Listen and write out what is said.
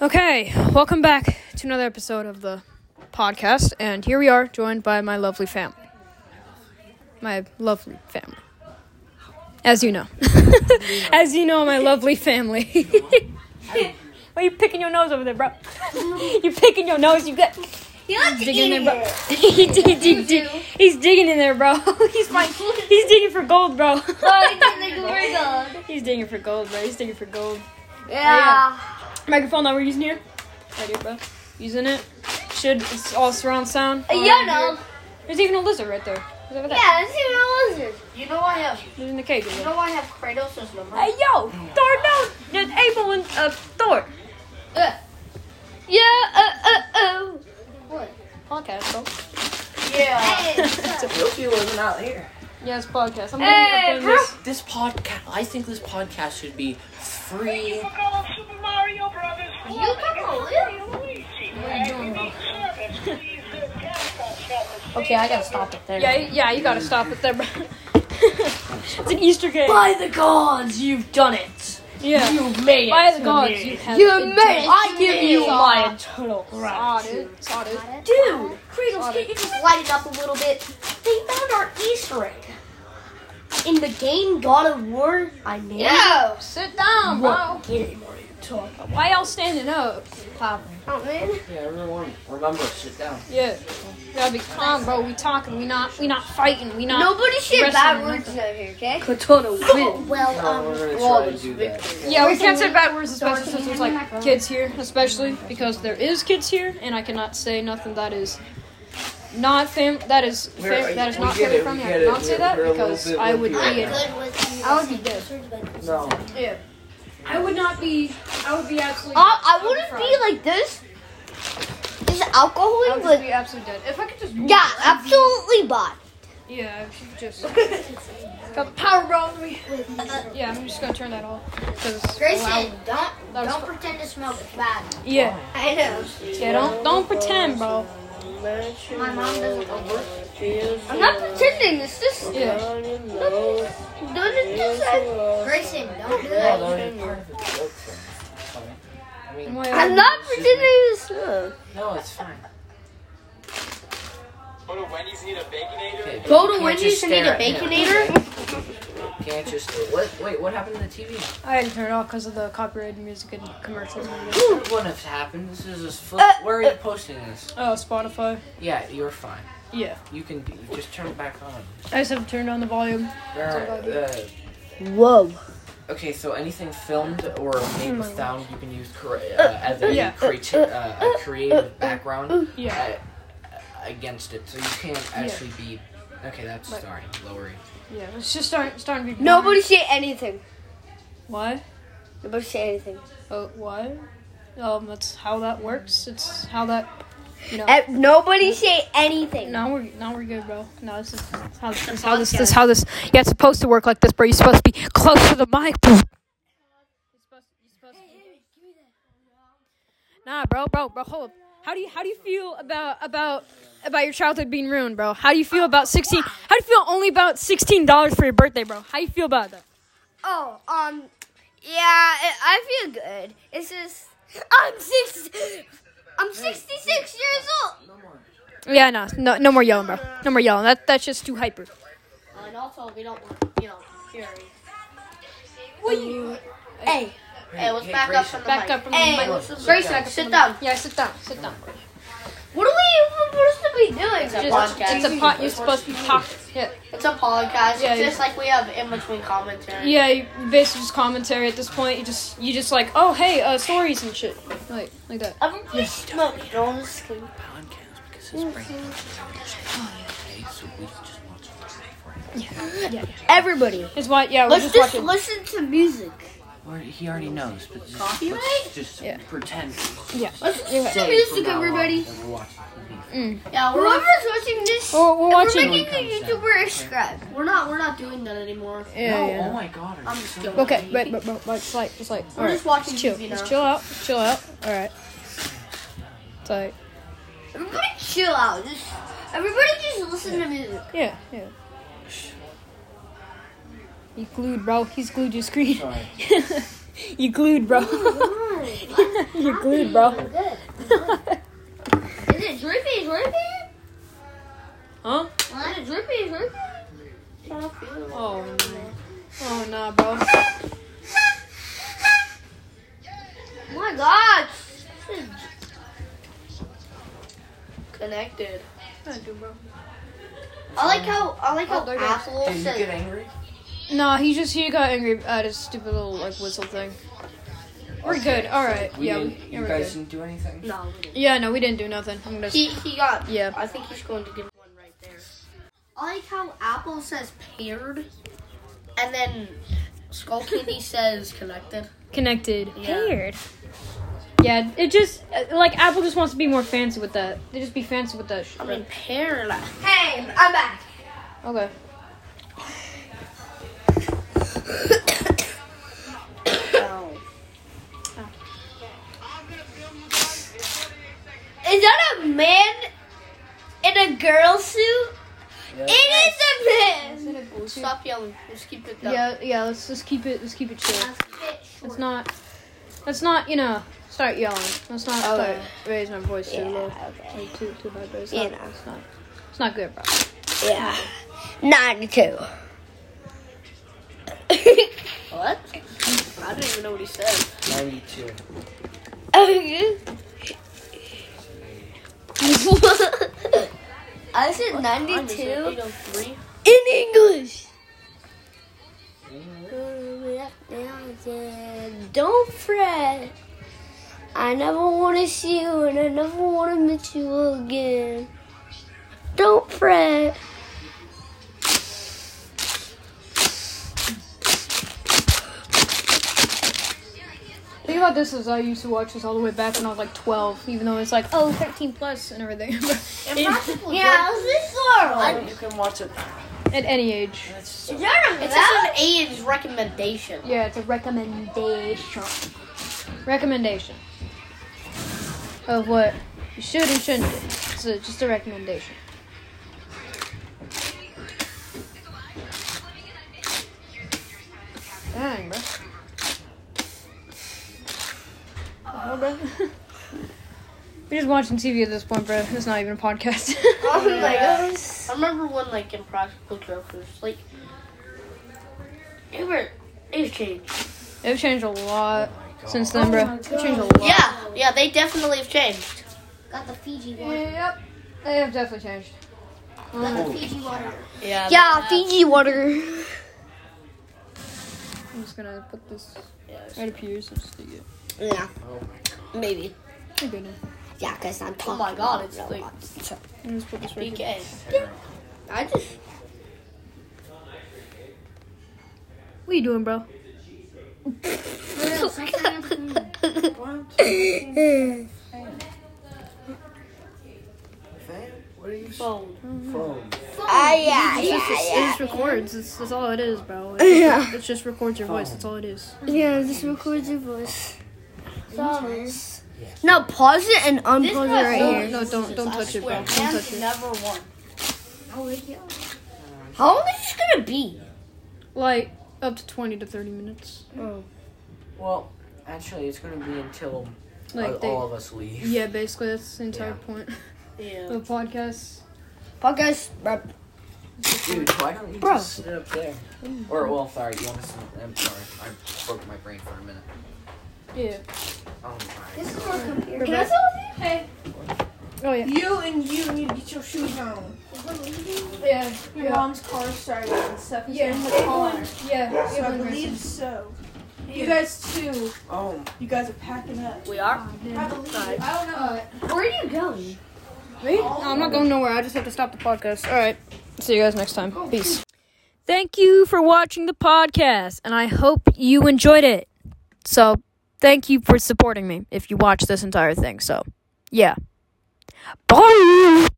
Okay, welcome back to another episode of the podcast, and here we are joined by my lovely family. My lovely family. As you know. As you know, my lovely family. Why are you picking your nose over there, bro? You're picking your nose, you got You like to digging in eat there, it. bro. He dig- dig- dig- He's digging in there, bro. He's fine. He's digging for gold, bro. Like in the Gorgon. He's digging for gold, bro. He's digging for gold. Yeah. Microphone that we're using here. Right here, bro. Using it. Should it's all surround sound. Uh, all You around know. here. There's even a lizard right there. Look at that. Yeah, let's see what it was. You know I have. There's in the cave. You know I have Kratos' number. Hey yo, Thor! No, there's Abel and uh, Thor. Uh, Yeah, uh, uh, oh. Podcast, bro. Yeah. Hey, Yoshi wasn't out here. Yes, podcast. I'm Hey, gonna be bro. this. This podcast, I think this podcast should be free. Call of Super Mario Brothers. you come on, Lil. uh, Okay, I gotta stop it there. Yeah, yeah, you gotta stop it there, bro. it's an Easter game. By the gods, you've done it. Yeah. You've made it. By the gods, you have been done. I give you my total gratitude. Saw, dude. Saw, dude. dude. Kratos, can you just light it up a little bit? They found our Easter egg in the game God of War. I made. Yo. Sit down, bro. Game Mario, talk about Why y'all standing up? Oh, man. Yeah, everyone, remember, sit down. Yeah. We gotta be calm, bro. We talking. We not. We not fighting. We not. Nobody say bad Wrestling, words over here, okay? Katana win. Well, No, um, we're gonna well, try to it's do that. Yeah, we can't say bad words, especially since there's like kids here, especially because there is kids here, and I cannot say nothing that is not fam. That is We're- fam- that is we not get family it, friendly. we I get it. cannot say We're- that we're a little because bit I would with be. you. A, good with I would be dead. No, I would not be. I would be absolutely. I, I wouldn't be like this. This alcohol, I would just but be absolutely dead. If I could just. yeah, absolutely bad. Yeah, I should just. Got the power, bro. Let me- Yeah, I'm just gonna turn that off because. don't That was don't fu- pretend to smell bad. Yeah. I know. Yeah. Don't don't pretend, bro. My mom doesn't I'm not pretending. It's just Yeah. doesn't just say. Grayson, don't do no, those are part of the joke, though. It's fine. I mean, I'm not pretending to smoke. no, it's fine. Go to Wendy's need a baconator. Okay, Go you to can't Wendy's just and eat stare a at him. baconator. Can't just. What? Wait, what happened to the TV? I had to turn it off because of the copyrighted music and commercials. and everything. Hmm. That wouldn't have happened. This is just. Uh, Flip. Where are you posting this? Oh, Spotify. Yeah, you're fine. Yeah. You can just turn it back on. I just have to turn down the volume. Alright, uh, Whoa. Okay, so anything filmed or made with sound, you can use cre- uh, as a, Oh Yeah. creati- uh, a creative background Yeah. uh, against it. So you can't actually be. Okay, that's But- sorry, lowering. Yeah. It's just starting starting to be. Nobody say anything. What? Nobody say anything. Oh, what? Um, that's how that works. It's how that. You know. Eh, Nobody say anything. Now we're now we're good, bro. No, this is this is how this is how this, this is how this. Yeah, it's supposed to work like this, bro. You're supposed to be close to the mic. Bro. Nah, bro, bro, bro. Hold up. How do you how do you feel about about about your childhood being ruined, bro? How do you feel about sixteen? How do you feel only about sixteen dollars for your birthday, bro? How you feel about that? Oh, um, yeah, I I feel good. It's just I'm six. I'm 66 years old. Yeah, no, no, no more yelling, bro. No more yelling. That that's just too hyper. And also, we don't want, you know, fury. Hey, Hey, let's back up from the Back mic. up from hey, the mic. Grayson, sit down. Yeah, sit down, sit down. What are we even supposed to be doing? Just, podcast. it's a pot. You're supposed to be talking. Yeah. It's a podcast. Yeah, it's just like we have in between commentary. Yeah, you basically just commentary at this point. You just you just like, oh hey, uh, stories and shit, like like that. I'm gonna smoke Jones. Podcast because his brain Okay, so we can just watch it for him. Everybody, It's why yeah, we're let's just, just watching. listen to music. Or he already knows, but just, Copyright? let's just Yeah. pretend. Yeah. Let's listen to Say from music, now on everybody. that we're watching TV. Mm. Yeah, we're, Whoever's watching this, We're- we're if watching- We're making a YouTuber subscribe. we're not we're not doing that anymore. no, oh my god. I'm I'm just so joking. Okay, wait, but, but, but just like just like. We're alright, just watching let's chill. TV Let's now. chill out. Chill out. All right. It's like Everybody, chill out. Just everybody, just listen to music. yeah yeah. He glued, bro. He's glued to your screen. Sorry. you glued, bro. you glued, bro. Good. Is it drippy, drippy? Huh? Is it drippy, drippy? Oh, no. Oh, nah, bro. Oh my god. Connected. I like how I like how there it is. Apple Did you get said angry? Nah, he just he got angry at his stupid little like whistle thing. We're good. All right. We yeah, we, didn't, yeah, you we're guys good. didn't do anything? No, we didn't. Yeah, no, we didn't do nothing. I'm gonna. He, he got. Yeah. I think he's going to give one right there. I like how Apple says Paired. And then Skull Candy says connected. connected. Yeah. Weird. Yeah, it just uh, like Apple just wants to be more fancy with that. They just be fancy with that. Shit, I bro. mean, paired. Hey, I'm back. Okay. Oh. Is that a man in a girl suit? Yeah. It is a man. Stop yelling. Let's keep it down. Yeah, yeah. Let's just keep it. Let's keep it chill. Let's It's not. Let's not. You know. Start yelling. Let's not start raise my voice too low. okay. Like, too too high. But it's, You not, know. it's not. It's not good, bro. Yeah. 92. What? I don't even know what he said. 92. Oh, I said Mine is 92 803. in English. Don't fret. I never want to see you and I never want to meet you again. Don't fret. Think about this as I used to watch this all the way back when I was like 12, even though it's like, oh, 13 plus and everything. Impossible. Yeah, how's this world? You can watch it. At any age. That's so Is that a It's mouse? just an age recommendation. Yeah, it's a recommendation. Recommendation. Of what you should and shouldn't do. It's a, just a recommendation. Dang, bro. Oh, bro. We're just watching TV at this point, bro. It's not even a podcast. Oh my Yeah. I remember when, like, Impractical Jokers, like, they were, they've changed. They've changed a lot my God. since then, bro. They've changed a lot. Yeah, yeah, they definitely have changed. Got the Fiji Yep. They have definitely changed. Got the Fiji water. Yeah. Yeah, Fiji water. I'm just gonna put this Yes. right up here so just to get Yeah, Oh my maybe. you're good now. Yeah, because I'm talking. Oh my god, it's about like robots. I'm just put this right here. BK. I just. What are you doing, bro? Fan? What are you s- Phone. phone? Ah, yeah, It's just, yeah, it's- yeah. it just records. It's, that's all it is, bro. It, Yeah. it just records your voice. That's all it is. Yeah, this records your voice. Sorry. Yeah. Now pause it and unpause it right No, here. no, don't don't touch it, bro. Don't touch it. never won. How long is this gonna be? Like up to twenty to thirty minutes. Well, actually, it's gonna be until uh, Like all they. of us leave. Yeah, basically that's the entire point of Yeah. the podcast. Podcast. Dude, why don't you Bro. just sit up there? Or, well, sorry, you want to sit I'm sorry. I broke my brain for a minute. Yeah. Oh my. This is my computer. Can I sit Oh yeah. You and you need to get your shoes on. Yeah. Your Yeah. mom's car started and stuff. Yeah. in the car. Yeah. So I believe so. You guys too. Oh, You guys are packing up. We are? I believe. I don't know. Where are you going? Me? No, I'm not going nowhere. I just have to stop the podcast. All right. See you guys next time. Peace. Thank you for watching the podcast, and I hope you enjoyed it. So, thank you for supporting me if you watch this entire thing. So, yeah. Bye.